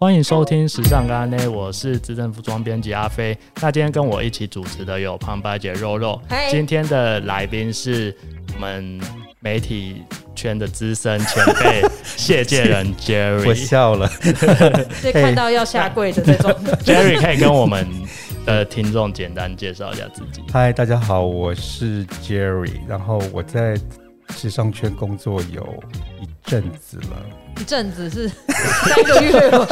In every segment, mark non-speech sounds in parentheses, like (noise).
欢迎收听《时尚干嘞》，我是资深服装编辑阿飞。那今天跟我一起主持的有胖白姐肉肉嗨今天的来宾是我们媒体圈的资深前辈谢介人我 Jerry。笑了， (laughs) 是看到要下跪的这种。 (laughs) Jerry 可以跟我们的听众简单介绍一下自己。嗨，大家好，我是 Jerry，然后我在时尚圈工作有一阵子了，一阵子是三个月吗，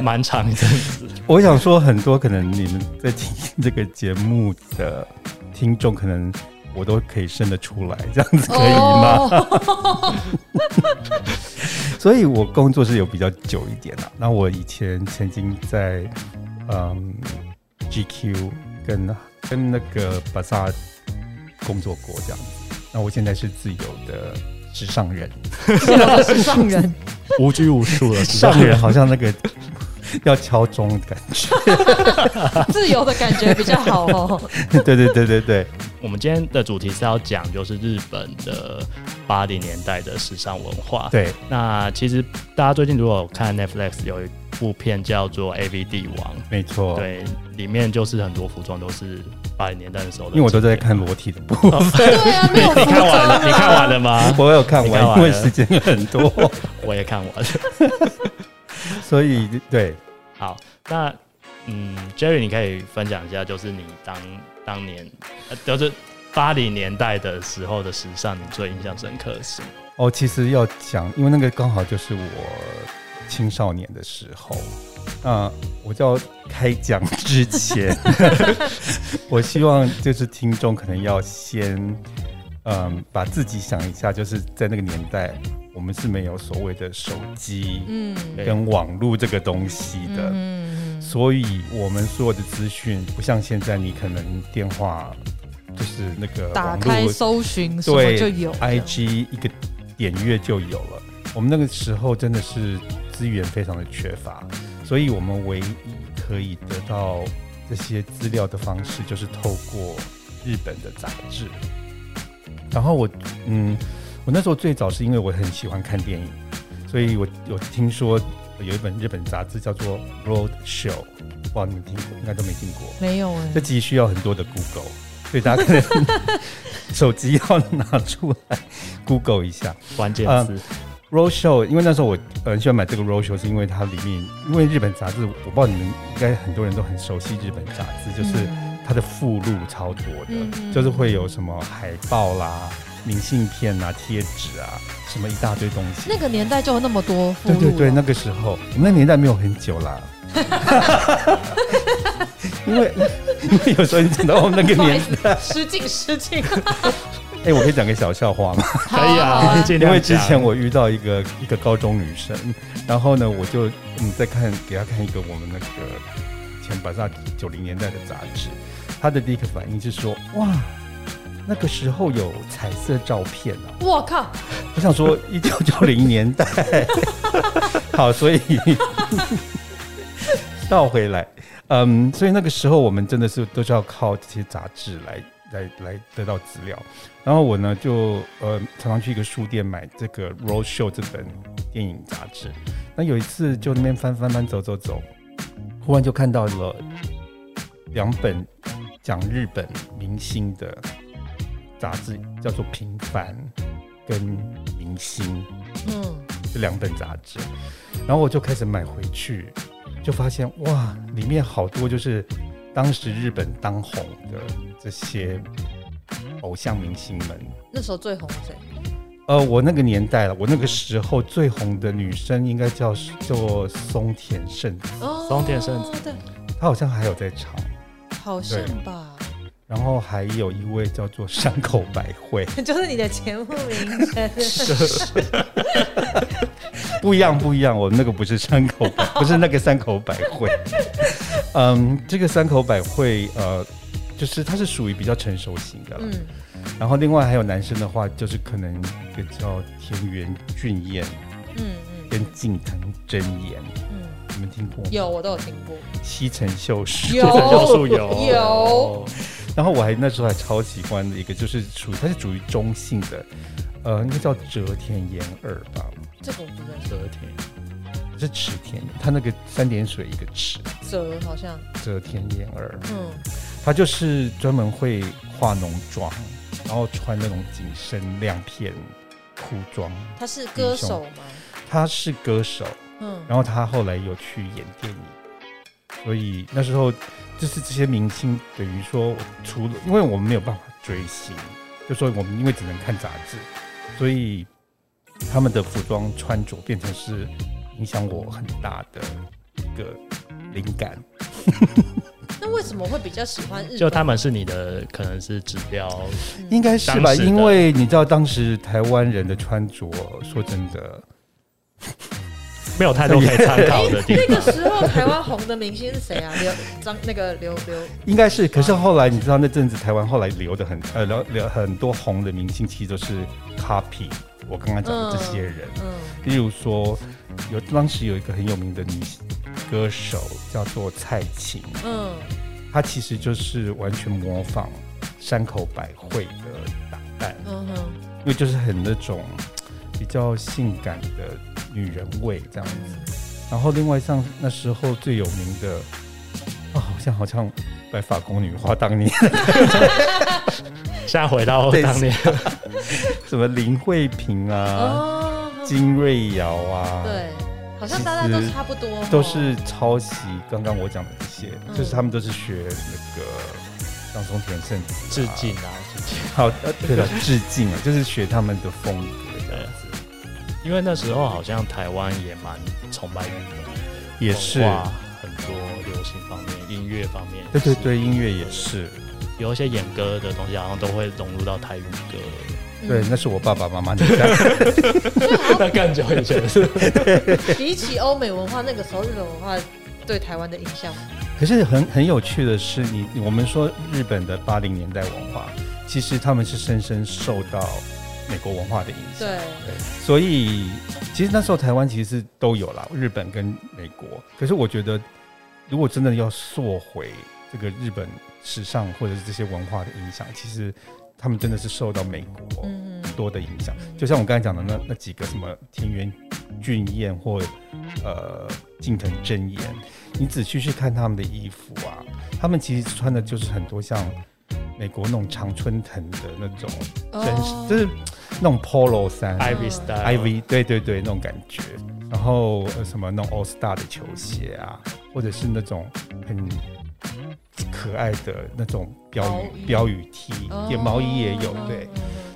蛮长一阵子，我想说很多可能你们在听这个节目的听众，可能我都可以生得出来，这样子可以吗？哦？所以我工作是有比较久一点啦。那我以前曾经在嗯 GQ 跟跟那个巴萨工作过这样子，那我现在是自由的时尚人。我 (laughs) 是上人，无拘无束了，是吧 (laughs) 上人好 (laughs) 像那个要敲钟的感觉。 (laughs) 自由的感觉比较好哦。对对对对对，我们今天的主题是要讲，就是日本的八零年代的时尚文化。对，那其实大家最近如果有看 Netflix 有一部片叫做《A V 帝王》，没错。，对，里面就是很多服装都是八零年代的时候的，因为我都在。看裸体的部哦 (laughs) 分，对啊，没有服你看装完了？你看啊。完了吗？ (laughs) 我有看你看完完，因为了时间很 (laughs) 多，我也看完了。所以对好，那嗯，Jerry，你可以分享一下，就是你当当年，呃就是八零年代的时候的时尚，你最印象深刻的是什么？哦，其实要讲，因为那个刚好就是我青少年的时候。那我就要开讲 (laughs) 之前， (laughs) 我希望就是听众可能要先，嗯，把自己想一下，就是在那个年代，我们是没有所谓的手机，嗯对跟网络这个东西的，嗯，所以我们所有的资讯不像现在，你可能电话就是那个打网开络搜寻什么对就有了 IG 一个点阅就有了。我们那个时候真的是资源非常的缺乏，所以我们唯一可以得到这些资料的方式，就是透过日本的杂志。然后我，嗯，我那时候最早是因为我很喜欢看电影，所以我有听说有一本日本杂志叫做《Road Show》，不知道你们听过，应该都没听过。没有哎这，集需要很多的 Google，所以大家可能 (laughs) 手机要拿出来 Google 一下。关键嗯字 Road Show，因为那时候我很喜欢买这个 Road Show，是因为它里面，因为日本杂志，我不知道你们应该很多人都很熟悉日本杂志，就是它的附录超多的，嗯就是会有什么海报啦、明信片啦、贴纸啊，什么一大堆东西。那个年代就有那么多附对录了，哦对对，那个时候我们那年代没有很久 (laughs) 啦。因为因为有时候你讲到我们那个不好年意思失敬失 (laughs) 敬，哎、我可以讲个小笑话吗？可可以啊，尽因量为之讲前我遇到一个一个高中女生，然后呢，我就嗯在看给她看一个我们那个前百萨九零年代的杂志，她的第一个反应是说：哇，那个时候有彩色照片啊！我靠，我想说一九九零年代， (laughs) 好，所以 (laughs) 倒回来，嗯，所以那个时候我们真的是都是要靠这些杂志来来来得到资料。然后我呢就呃常常去一个书店买这个《Road Show》这本电影杂志。那有一次就那边翻翻翻走走走，忽然就看到了两本讲日本明星的杂志，叫做《平凡》跟《明星》。嗯，这两本杂志，然后我就开始买回去，就发现哇，里面好多就是当时日本当红的这些偶像明星们。那时候最红谁？呃，我那个年代了，我那个时候最红的女生应该叫做松田圣子，哦松田圣子对，她好像还有在唱。好像吧， (laughs) 然后还有一位叫做山口百惠，就是你的前目名称。 (laughs) 不一样，不一样，我们那个不是山口百，不是那个山口百 (laughs) 惠。嗯，这个山口百惠，呃，就是它是属于比较成熟型的啦。嗯，然后另外还有男生的话，就是可能一个叫田园俊彦嗯嗯跟近藤真彦，嗯，你们听过吗？有我都有听过，西城秀树。有要素有哦哦有， (laughs) 然后我还那时候还超喜欢的一个，就是属于它是属于中性的，呃，那个叫折田研二吧。这个我不认识。折天，是池田，他那个三点水一个池，折好像，遮天掩耳，嗯，他就是专门会化浓妆，然后穿那种紧身亮片裤装。他是歌手吗？他是歌手，嗯，然后他后来有去演电影，所以那时候就是这些明星等于说，除了因为我们没有办法追星，就说我们因为只能看杂志，所以他们的服装穿着变成是影响我很大的一个灵感。那为什么会比较喜欢日本？就他们是你的可能是指标，嗯应该是吧，当时的因为你知道当时台湾人的穿着，说真的，没有太多可以参考的地那方 (laughs) 个。时候台湾红的明星是谁啊？刘张那个刘刘应该是，可是后来你知道那阵子台湾后来留的很呃留留很多红的明星，其实都是 copy 我刚刚讲的这些人，嗯例如说有当时有一个很有名的女歌手叫做蔡琴，嗯她其实就是完全模仿山口百惠的打扮，嗯哼因为就是很那种比较性感的女人味这嗯样子。然后另外像那时候最有名的啊，好像好像白发宫女花当年。 (laughs) 现在回到对当年，什么林慧萍啊、哦，金瑞瑶啊，，对，好像大家都差不多哦，都是抄袭刚刚我讲的这些，嗯就是他们都是学那个张松田圣子、啊、致敬。啊，致敬。好，呃对了， (laughs) 致敬啊，就是学他们的风格这样子，因为那时候好像台湾也蛮崇拜日本，也是。文化很多流行方面、音乐方面，对对，对，音乐也是，嗯有一些演歌的东西好像都会融入到台语 (laughs) 歌，嗯对，那是我爸爸妈妈年代，那更久以前是。比起欧美文化，那个时候日本文化对台湾的影响，可是很很有趣的是，你我们说日本的八零年代文化，其实他们是深深受到美国文化的影响。对，所以其实那时候台湾其实都有啦，日本跟美国。可是我觉得，如果真的要溯回这个日本时尚或者是这些文化的影响，其实他们真的是受到美国很嗯，多的影响。就像我刚才讲的那那几个什么田园俊彦或呃近藤真彦，你仔细去看他们的衣服啊，他们其实穿的就是很多像美国那种常春藤的那种真是哦就是那种 polo 衫 Ivy Style IV，对对对，那种感觉。然后呃什么那种 All Star 的球鞋啊，或者是那种很可爱的那种标毛语衣标语 T，也毛衣也有哦对。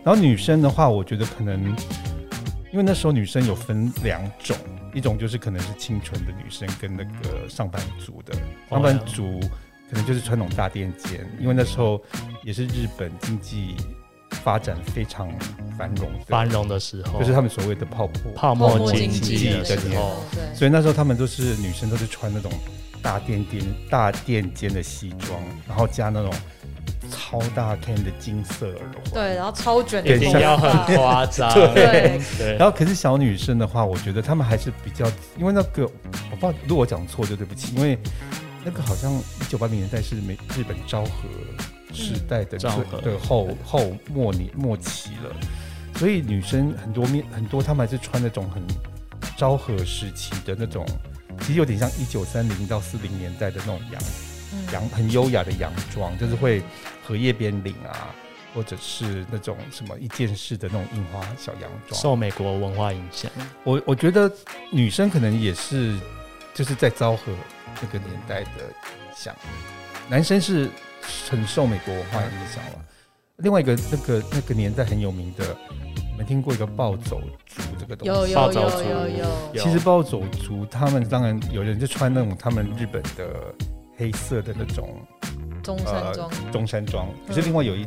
然后女生的话，我觉得可能因为那时候女生有分两种，一种就是可能是清纯的女生跟那个上班族的，哦上班族可能就是穿那种大垫肩，因为那时候也是日本经济发展非常繁荣的，繁荣的时候，就是他们所谓的泡沫。泡泡沫沫哦经经济济的的时时候候，，对，所以那时候他们都是女生都是穿那种大垫肩、大垫肩的西装，然后加那种超大片的金色耳环。对，然后超卷的一定头发要很夸张。 (laughs) 对， (laughs) 对，然后可是小女生的话，我觉得她们还是比较，因为那个我不知道，如果我讲错就对不起，因为那个好像一九八零年代是美日本昭和时代嗯的最昭和的后后末年末期了，所以女生很多面很多，她们还是穿那种很昭和时期的那种，其实有点像一九三零到四零年代的那种洋嗯洋很优雅的洋装，就是会荷叶边领啊。或者是那种什么一件式的那种印花小洋装，受美国文化影响，我我觉得女生可能也是，就是在昭和那个年代的影响，男生是很受美国文化影响了。另外一个那个那个年代很有名的，你们听过一个暴走族这个东西？有暴有走有族有有，有其实暴走族他们当然有人就穿那种他们日本的黑色的那种中呃山装，中山装，可是嗯另外有一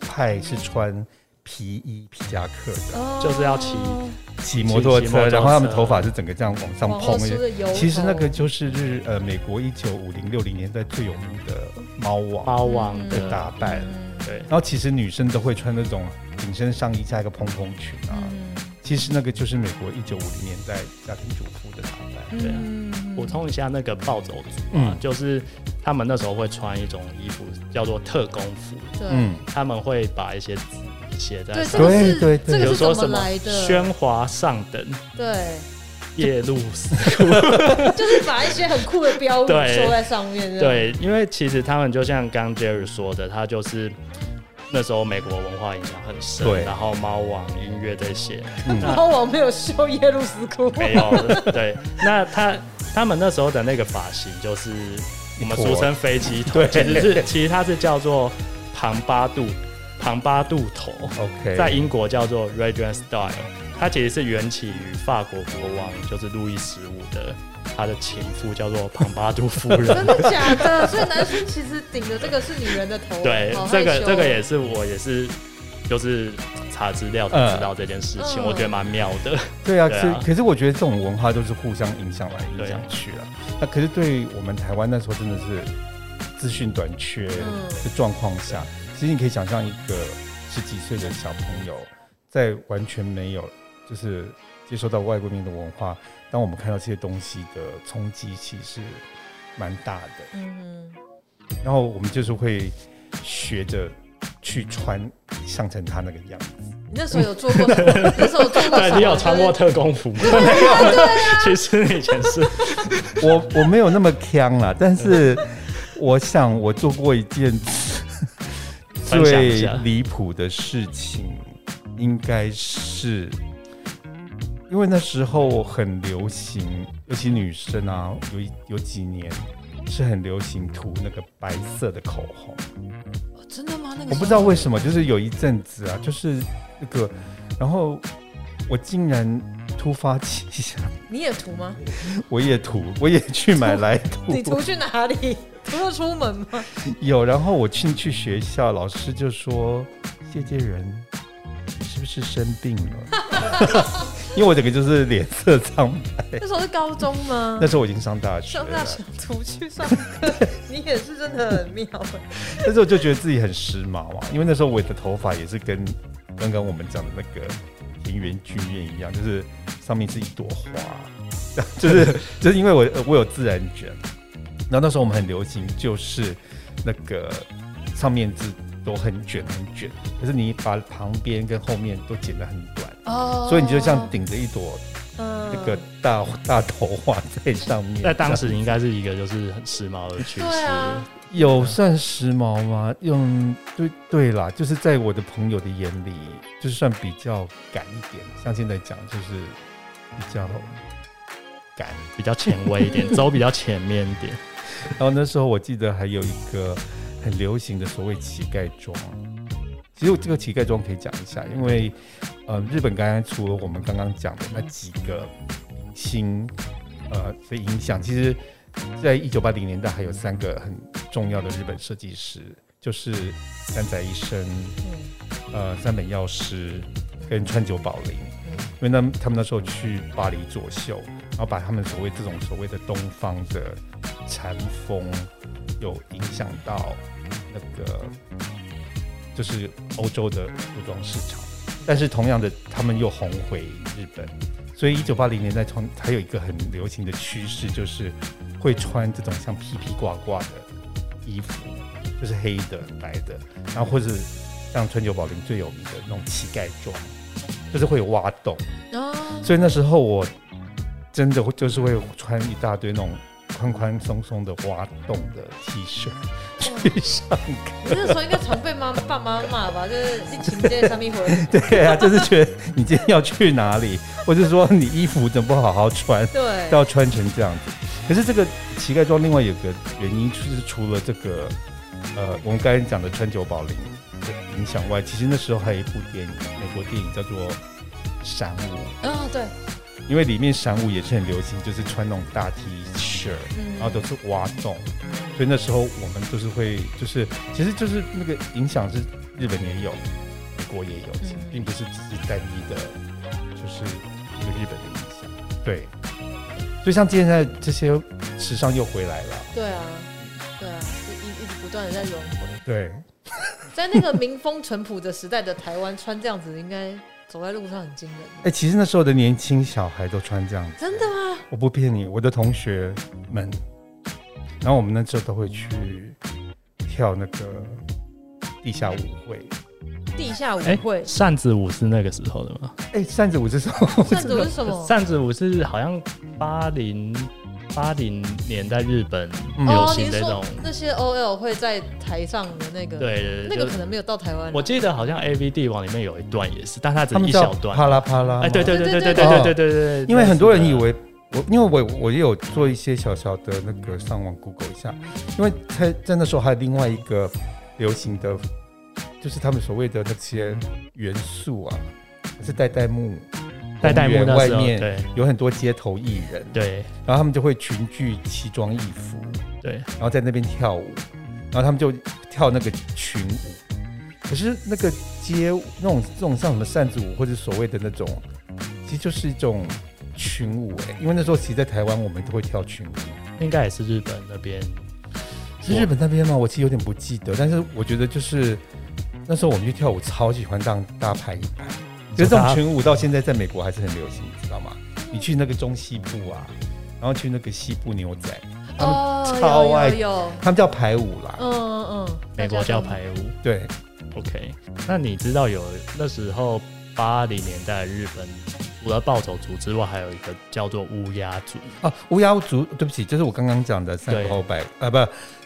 派是穿皮衣皮夹克的，哦就是要骑骑摩托骑骑摩托车车，然后他们头发是整个这样往上往后蓬，梳的油头，其实那个就是日呃美国一九五零六零年代最有名的猫王包王的的打扮。嗯对然后其实女生都会穿那种紧身上衣加一个蓬蓬裙啊，嗯其实那个就是美国一九五零年代家庭主妇的打扮。对啊嗯补充一下那个暴走族啊嗯，就是他们那时候会穿一种衣服叫做特工服，对嗯，他们会把一些字写在对，上这面，个是对对对这比个如是说怎么什么来的？喧哗上等，对，夜路 (laughs) 思就是把一些很酷的标语对说在上面，这样，对，啊因为其实他们就像刚 Jerry 说的，他就是那时候美国文化影响很深对，嗯然后猫王音乐这些然后我没有修耶路斯库，没有。对，那他他们那时候的那个发型就是我们俗称飞机头，对其实是其实它是叫做庞巴度庞巴度头， OK，在英国叫做 r a d i a n Style，它其实是缘起于法国国王就是路易十五的他的情妇叫做庞巴度夫人。 (laughs) 真的假的？所以男生其实顶着这个是女人的头，对好，害这个羞哦这个也是我也是就是查资料才知道这件事情，嗯我觉得蛮妙 (laughs) 的。 (laughs) 对啊，对可啊可是我觉得这种文化都是互相影响来影对响啊去啊。那可是对于我们台湾那时候真的是资讯短缺嗯的状况下，其实你可以想象一个十几岁的小朋友，在完全没有就是接收到外国面的文化，当我们看到这些东西的冲击，其实蛮大的。嗯然后我们就是会学着去穿，像成他那个样子。哼，你那时候有做过 (laughs) 什么？那时候有做过什对么？你有穿过特工服 (laughs) 吗？没有，啊 (laughs) 其实以前是我我没有那么强啦，但是我想我做过一件 (laughs) 分享一最下离谱的事情，应该是因为那时候很流行，尤其女生啊，有一有几年是很流行涂那个白色的口红。哦真的吗？那个我不知道为么，什么，就是有一阵子啊，就是那个，然后我竟然突发奇想，你也涂吗？我也涂，我也去买来涂。你涂去哪里？涂了出门吗？有，然后我进去学校，老师就说：“谢介人，你是不是生病了？” (laughs) 因为我整个就是脸色苍白，那时候是高中吗？那时候我已经上大学上了，大学涂去上课，你也是真的很妙欸。那时候我就觉得自己很时髦啊，因为那时候我的头发也是跟刚刚我们讲的那个田园剧院一样，就是上面是一朵花， (laughs) 就是就是因为我我有自然卷，然后那时候我们很流行就是那个上面是都很卷很卷，可是你把旁边跟后面都剪得很短，哦 (laughs) 所以你就像顶着一朵嗯那个大大头花在上面，在当时应该是一个就是很时髦的趋势。对啊有算时髦吗？用对对啦，就是在我的朋友的眼里，就是算比较赶一点。像现在讲，就是比较赶。比较前卫一点，走比较前面一点。然后呃那时候我记得还有一个很流行的所谓乞丐装。其呃实我这个乞丐装可以讲一下，因为呃，日本刚刚除了我们刚刚讲的那几个明星呃的影响，其实在一九八零年代还有三个很重要的日本设计师，就是三宅一生、嗯呃三本耀司跟川久保玲。因为那他们那时候去巴黎作秀，然后把他们所谓这种所谓的东方的禅风，有影响到那个就是欧洲的服装市场。但是同样的，他们又红回日本，所以一九八零年代从还有一个很流行的趋势，就是会穿这种像披披挂挂的衣服，就是黑的、白的，然后或是像川久保玲最有名的那种乞丐装，就是会有挖洞。哦，所以那时候我真的会就是会穿一大堆那种宽宽松松的挖洞的 T 恤去上课。你那时候应该常被妈爸妈骂吧？就是你请这上 (laughs) 面回来， (laughs) 对啊，就是觉得你今天要去哪里，或者说你衣服怎么不好好穿，对，要穿成这样子。可是这个乞丐装另外有个原因，就是除了这个呃我们刚才讲的川久保玲的影响外，其实那时候还有一部电影，美国电影叫做《闪舞》。哦对，因为里面闪舞也是很流行，就是穿那种大 T 恤，嗯然后都是挖洞，所以那时候我们就是会，就是其实就是那个影响是日本也有，美国也有，嗯并不是只是单一的，就是一个日本的影响。对，所以像现在这些时尚又回来了，对啊，对啊，就一一直不断的在融合。对，在那个民风淳朴的时代的台湾，穿这样子应该走在路上很惊人。哎、其实那时候的年轻小孩都穿这样子，真的吗？我不骗你，我的同学们，然后我们那时候都会去跳那个地下舞会，地下舞哎会，扇子舞是那个时候的吗？哎，扇子舞这首，扇子舞是什么？扇子舞是好像八零八零年代日本嗯流哦，行您的那种说，那些 OL 会在台上的那个，对对对，那个就是可能没有到台湾。啊我记得好像 A V 帝王里面有一段也是，但它只他是们一叫小段。啪啦啪啦，哎，对对对对对对对对对对对对，因为很多人以类似的为我，因为我我也有做一些小小的那个上网 Google 一下，因为在在那时候还有另外一个流行的，就是他们所谓的那些元素啊，是代代木，戴戴公幕园那外时候，面对有很多街头艺人，对然后他们就会群聚奇装异服，对，然后在那边跳舞，然后他们就跳那个群舞。可是那个街舞那种这种像什么扇子舞或者所谓的那种，其实就是一种群舞哎、因为那时候其实在台湾我们都会跳群舞，应该也是日本那边。是日本那边吗？我其实有点不记得，但是我觉得就是那时候我们去跳舞超喜欢当大排一排，可是这种群舞到现在在美国还是很流行，你知道吗？你去那个中西部啊，然后去那个西部牛仔，他们哦，超爱有有有，他们叫排舞啦，嗯嗯嗯，美国叫排舞。对， OK，那你知道有那时候八零年代日本除了暴走族之外，还有一个叫做乌鸦族，啊，乌鸦族，对不起，就是我刚刚讲的三对口百啊，不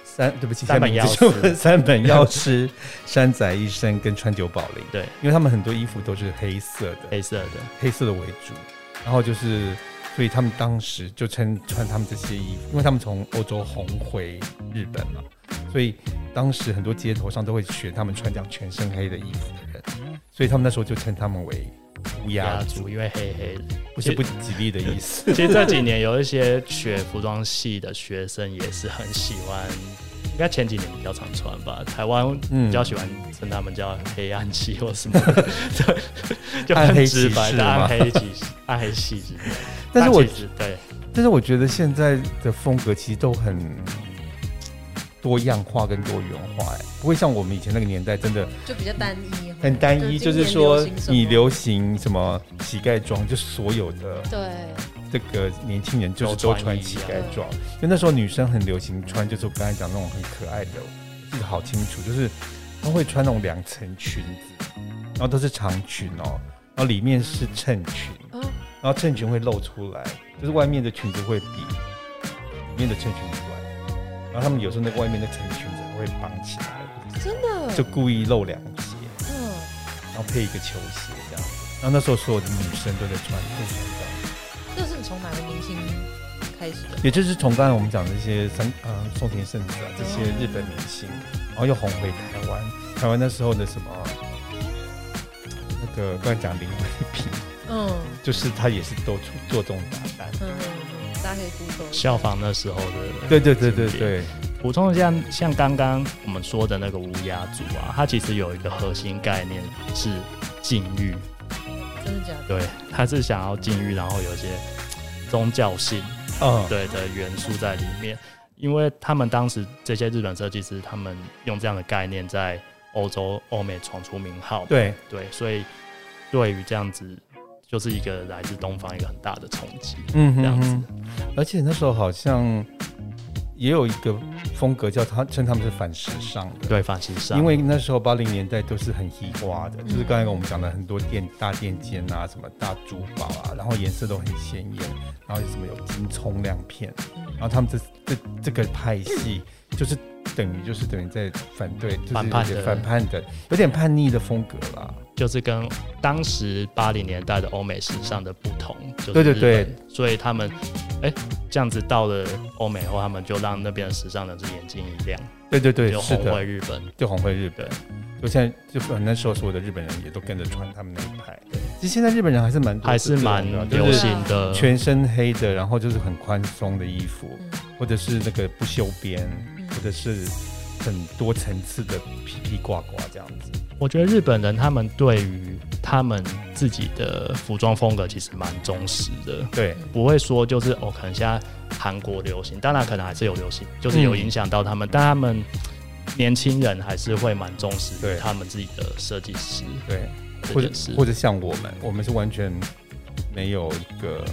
三，对不起，三本现药在名字就师 (laughs) 三本药师、 (laughs) 山仔医生跟川久保玲，对因为他们很多衣服都是黑色的，黑色的。黑色的为主，然后就是，所以他们当时就称穿他们这些衣服，因为他们从欧洲红回日本嘛，所以当时很多街头上都会选他们穿这样全身黑的衣服的人，所以他们那时候就称他们为乌乌鸦鸦族族，因为黑黑的。不是不吉利的 (laughs) 意思。其实这几年有一些学服装系的学生也是很喜欢，应该前几年比较常穿吧。台湾嗯比较喜欢称他们叫黑暗系或 (laughs) 什么的，对，就暗黑很骑士直白的吗暗黑骑士、暗黑系之类的。但是我其实对但是我觉得现在的风格其实都很多样化跟多元化、哎，不会像我们以前那个年代真的就比较单一，很单一，就就今是年说流行什么你流行什么乞丐装，就所有的对，这个年轻人就是都穿乞丐装。就那时候女生很流行穿，就是我刚才讲那种很可爱的，我记得好清楚，就是她会穿那种两层裙子，然后都是长裙哦，然后里面是衬裙，哦然后衬裙会露出来，就是外面的裙子会比里面的衬裙短，然后他们有时候那个外面的层裙子还会绑起来，真的，就故意露两截，嗯，然后配一个球鞋这样。然后那时候所有的女生都在穿，都穿这样，这是你从哪个明星开始的？也就是从刚才我们讲的这些三呃松田圣子啊这些日本明星，然后又红回台湾。台湾那时候的什么那个刚才讲林慧萍，嗯就是她也是都出做这种打扮。嗯嗯，嗯大黑骨头，效仿那时候的。对对对对对，补充一下，像刚刚我们说的那个乌鸦族啊，它其实有一个核心概念是禁欲，真的假的？对，它是想要禁欲，然后有一些宗教性嗯，对的元素在里面，因为他们当时这些日本设计师，他们用这样的概念在欧洲、欧美闯出名号，对。对，所以对于这样子，就是一个来自东方一个很大的冲击，嗯这样子。而且那时候好像也有一个风格叫他称他们是反时尚的，对，反时尚，因为那时候八零年代都是很嘻哈的，就是刚才我们讲的很多店大垫肩啊，什么大珠宝啊，然后颜色都很鲜艳，然后有什么有金葱亮片，然后他们这这这个派系就是等于就是等于在反对，就是反叛的有点反叛的，有点叛逆的风格啦。就是跟当时八零年代的欧美时尚的不同，就是、对对对，所以他们，哎、这样子到了欧美后，他们就让那边的时尚人士眼睛一亮，对对对，就是红的回，日本，就红回日本对。就现在，就反正那时候所有的日本人也都跟着穿他们那一派。其实现在日本人还是蛮多还是这种蛮的啊就流是行的，全身黑的，然后就是很宽松的衣服，嗯或者是那个不修边，嗯或者是很多层次的披披挂挂这样子。我觉得日本人他们对于他们自己的服装风格其实蛮忠实的，对，不会说就是哦，可能现在韩国流行，当然可能还是有流行，就是嗯有影响到他们，但他们年轻人还是会蛮重视对于他们自己的设计师对，这或者件事。或者像我们，我们是完全没有一个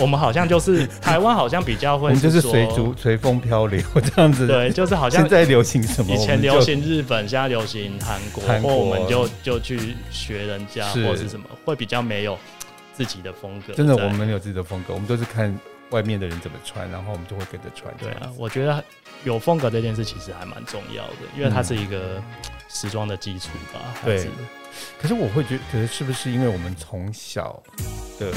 我们好像就是 (laughs) 台湾好像比较我会们就是说随逐随风漂流这样子。，对，就是好像现在流行什么？以我们前流就行日本，现在流行韩国，韩国或我们就就去学人家是或是什么，会比较没有自己的风格在。真的，我们没有自己的风格，我们都是看外面的人怎么穿，然后我们就会跟着穿。对这样啊子，，我觉得有风格这件事其实还蛮重要的，因为它嗯是一个时装的基础吧。还对是可是我会觉得，可是是不是因为我们从小的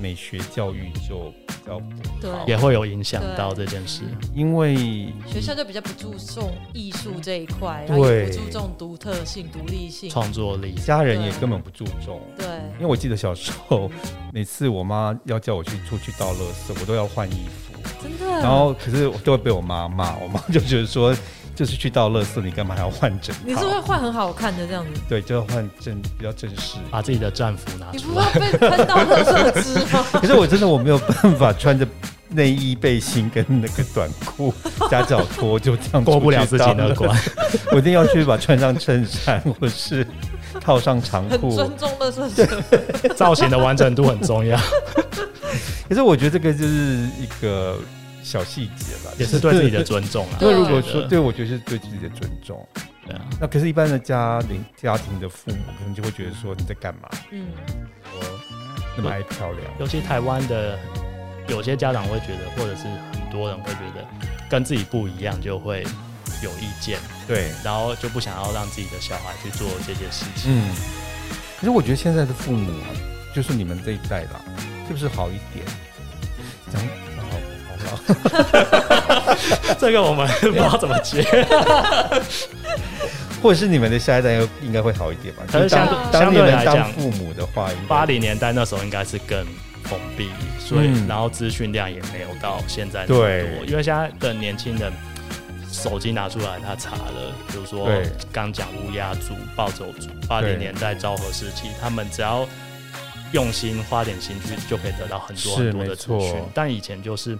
美学教育就比较不好？对也会有影响对到这件事。因为学校就比较不注重艺术这一块，然后也不对注重独特性、独立性。创作力，家人也根本不注重。对，因为我记得小时候，每次我妈要叫我去出去倒垃圾，我都要换衣服。嗯真的。然后可是我都会被我妈骂，我妈就觉得说，就是去倒垃圾，你干嘛还要换整你是不是套？换很好看的这样 (laughs) 子？对，就要换正比较正式。把自己的战服拿你出不来。怕被喷到垃圾汁吗？ (laughs) 可是我真的我没有办法穿着内衣背心跟那个短 (laughs) 裤夹脚拖就这样过不了出自去己倒那垃圾关，我一定要去把穿上衬衫或是套上长很裤。尊重垃圾汁。 (laughs) 造型的完整度很重要，可是我觉得这个就是一个小细节吧，也是对自己的尊重啊。因为如果对说 (laughs) 对我觉得是对自己的尊重。对啊，那可是，一般的家庭家庭的父母可能就会觉得说你在干嘛？嗯，我那么爱漂亮，尤其台湾的有些家长会觉得，或者是很多人会觉得跟自己不一样就会有意见，对，然后就不想要让自己的小孩去做这些事情。嗯。可是我觉得现在的父母啊，就是你们这一代啦，是不是好一点？讲好 (laughs) 好好， (laughs) 这个我们不知道怎么接，或者是你们的下一代应该应该会好一点吧？可是当相对当相你对们来当讲，父母的话，应该八零年代那时候应该是更封闭，所以、嗯然后资讯量也没有到现在那么对多，因为现在的年轻人。手机拿出来，他查了，比如说对刚讲乌鸦族、暴走族，八对零年代昭和时期，他们只要用心花点心去，就可以得到很多是很多的没资讯错。但以前就是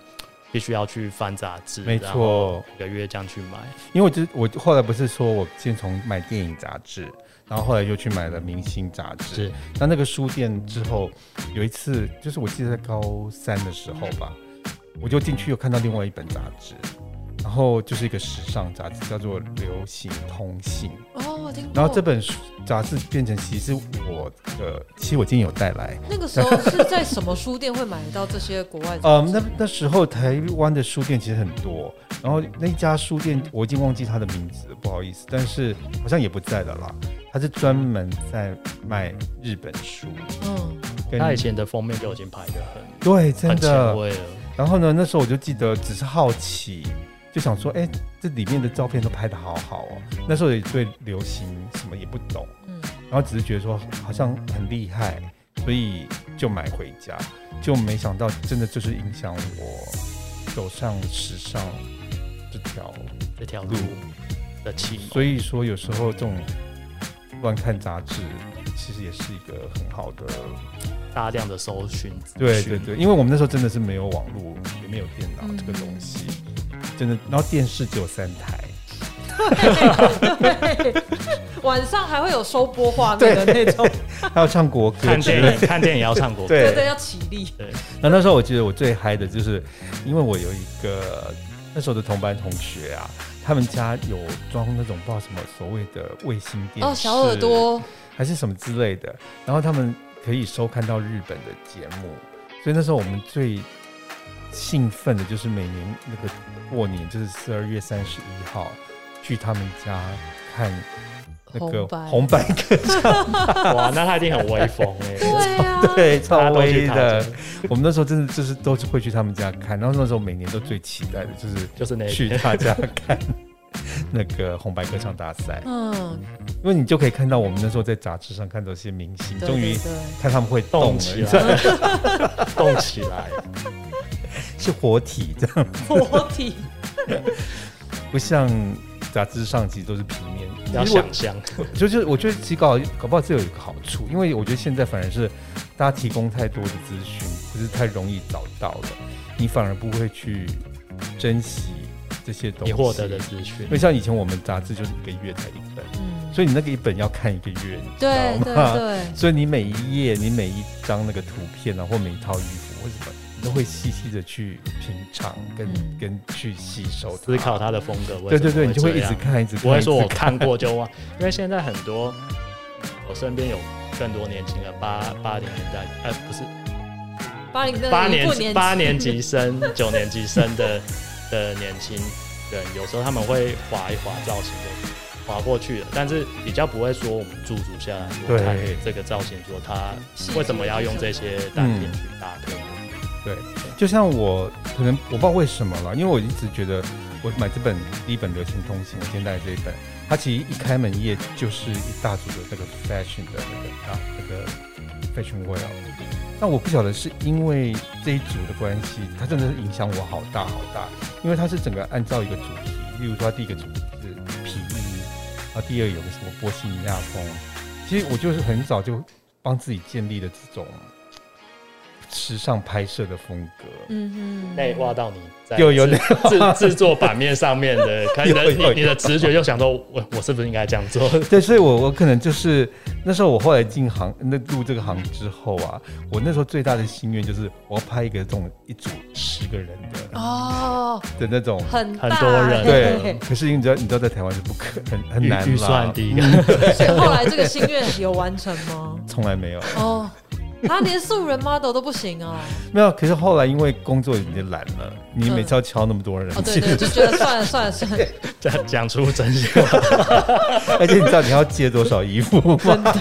必须要去翻杂志，没然后错。每个月这样去买。因为我之我后来不是说我先从买电影杂志，然后后来又去买了明星杂志，是那那个书店之后，有一次就是我记得在高三的时候吧，我就进去又看到另外一本杂志，然后就是一个时尚杂志，叫做《流行通信》。哦，我听过。然后这本书杂志变成其实我的，呃其实我今天有带来。那个时候是在什么书店会买得到这些国外的？ (laughs) 嗯，那那时候台湾的书店其实很多，然后那一家书店我已经忘记它的名字了，不好意思，但是好像也不在了啦。它是专门在卖日本书，嗯，跟他以前的封面就已经拍的很对，真很哦的前卫了。然后呢，那时候我就记得只是好奇，就想说，哎、这里面的照片都拍的好好哦。那时候也对流行什么也不懂，嗯然后只是觉得说好像很厉害，所以就买回家，就没想到真的就是影响我走上时尚这条这条路路。的启蒙。所以说，有时候这种乱看杂志，其实也是一个很好的。大量的搜寻资讯，对对对，因为我们那时候真的是没有网络，也没有电脑嗯这个东西。真的，然后电视只有三台， (laughs) 对，嗯晚上还会有收播画面的那种，还有唱国 (laughs) 歌看之电类影的。看电影要唱国歌，对对， (laughs) 对，要起立。那那时候我记得我最嗨的就是，因为我有一个那时候的同班同学啊，他们家有装那种不知道什么所谓的卫星电视，哦，小耳朵，还是什么之类的，然后他们可以收看到日本的节目，所以那时候我们最兴奋的就是每年那个过年，就是十二月三十一号去他们家看那个红白红白歌唱。哇，那他一定很威风对哎，啊，对， (laughs) 大超家都去威他的家。我们那时候真的就是都是会去他们家看，然后那时候每年都最期待的就是就是那去他家看那个红白歌唱大 (laughs) 赛，嗯，因为你就可以看到我们那时候在杂志上看到一些明星，对终于对对，看他们会动动了，起你知道来， (laughs) 动起来，是活体这样，活体，不像杂志上其实都是平面。要其实我想象，就是我觉得其实搞搞不好这有一个好处，因为我觉得现在反而是大家提供太多的资讯，不是太容易找到了，你反而不会去珍惜这些东你西。获得的资讯因为，像以前我们杂志就是一个月才一本，嗯，所以你那个一本要看一个月，你知对道对吗？对，所以你每一页、你每一张那个图片啊，或每一套衣服或什么，你都会细细的去品尝跟、嗯跟去吸收它思考他的风格。为对什么对对，你就会这一样直看，一直看。不会说一直我看过就忘，因为现在很多，嗯我身边有更多年轻人，八八零年代，呃，不是八零真八的不呃年八年级，级 (laughs) 生、九年级生的的年轻人，有时候他们会划一划造型就划过去了，但是比较不会说我们驻足下来说对看这个造型，说他为什么要用这些单嗯品去搭配。就像我可能我不知道为什么了，因为我一直觉得我买这本第一本《流行通行》，我现在这一本，它其实一开门页就是一大组的那个 fashion 的那个啊那个 fashion w e l l 但我不晓得是因为这一组的关系，它真的是影响我好大好大，因为它是整个按照一个主题，例如说它第一个主题是皮衣，然后第二有个什么波西米亚风，其实我就是很早就帮自己建立了这种时尚拍摄的风格，嗯内挖到你在有有制制制作版面上面 (laughs) 的，可能有你有你的直觉就想说，我我是不是应该这样做？对，所以我我可能就是那时候我后来进行那入这个行之后啊，我那时候最大的心愿就是我要拍一个这种一组十个人的哦，的那种。很很大多人 네. (laughs) 对，可是你知道，你知道在台湾是不可很很预难啦嗯预算，低，所以后来这个心愿有完成吗？从来没有哦，他连素人 model 都不行哦。没有。可是后来因为工作已经懒了，你每次要敲那么多人，哦，对对，就觉得算了算了算了， (laughs) 讲讲出真相， (laughs) 而且你知道你要借多少 (laughs) 衣服 (laughs) 吗？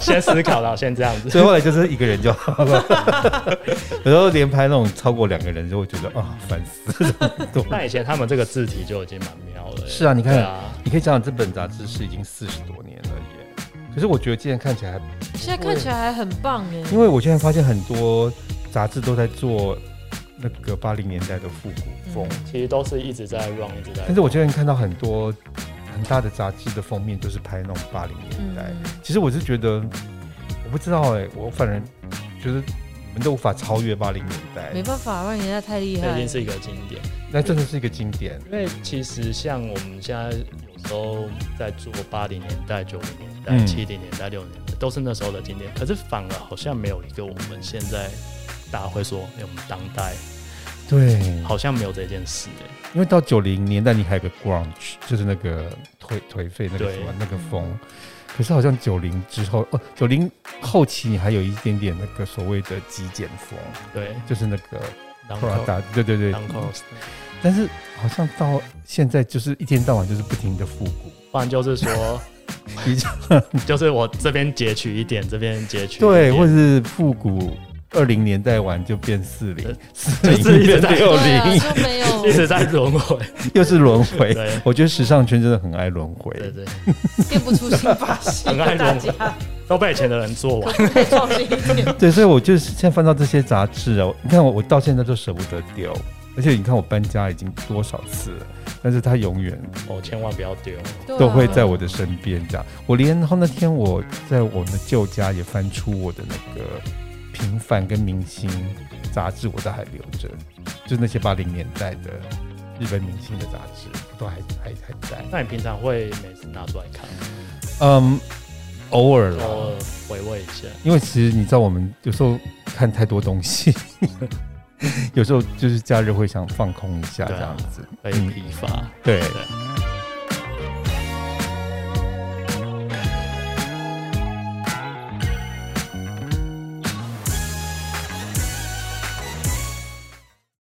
先思考到先这样子。所以后来就是一个人就好了。 (laughs) 有时候连拍那种超过两个人，就会觉得啊烦死了， (laughs) 这么多人那以前他们这个字体就已经蛮妙了耶。是啊你看对啊，你可以讲讲这本杂志是已经四十多年了耶，可是我觉得今天看起来还，现在看起来还很棒哎。因为我现在发现很多杂志都在做那个八零年代的复古 음.嗯风，其实都是一直在 run，一直在。但是我最近看到很多很大的杂志的封面都是拍那种八零年代，嗯，其实我是觉得，我不知道哎，我反正觉得我们都无法超越八零年代没，办法，让人家太厉这已害经。是一个经典，那真的是一个经典。因为其实像我们现在有时候在做八零年代、九零年代、嗯七零年代、六零年代，都是那时候的经典。可是反而好像没有一个我们现在大家会说，哎、我们当代对，好像没有这件事、哎。因为到九零年代你还有个 grunge，就是那个颓颓废那个对什么那个风，可是好像九零之后，哦，九零后期你还有一点点那个所谓的极简风，对，就是那个然后 Prada，对对对然，后，但是好像到现在就是一天到晚就是不停的复古，不然就是说比， (laughs) (laughs) 就是我这边截取一点，这边截取一对，点或者是复古二零年代完就变四零对，四零呃就是一直变在六对啊，零，就没有一直在轮回。又是轮回。对我觉得时尚圈真的很爱轮回，对对，变不出新把戏，很爱大弄家都被以前的人做完。太创新一点。对，所以我就是现在翻到这些杂志哦，你看我我到现在都舍不得丢，而且你看我搬家已经多少次了，但是它永远哦，千万不要丢。对啊都会在我的身边这样。我连然后那天我在我们的旧家也翻出我的那个平凡跟明星杂志，我都还留着，就是那些八零年代的日本明星的杂志，我都还还还在。那你平常会每次拿出来看，嗯，偶尔然啦，后回味一下？因为其实你知道，我们有时候看太多东西， (laughs) 有时候就是假日会想放空一下对啊这样子。可以嗯批发。对，对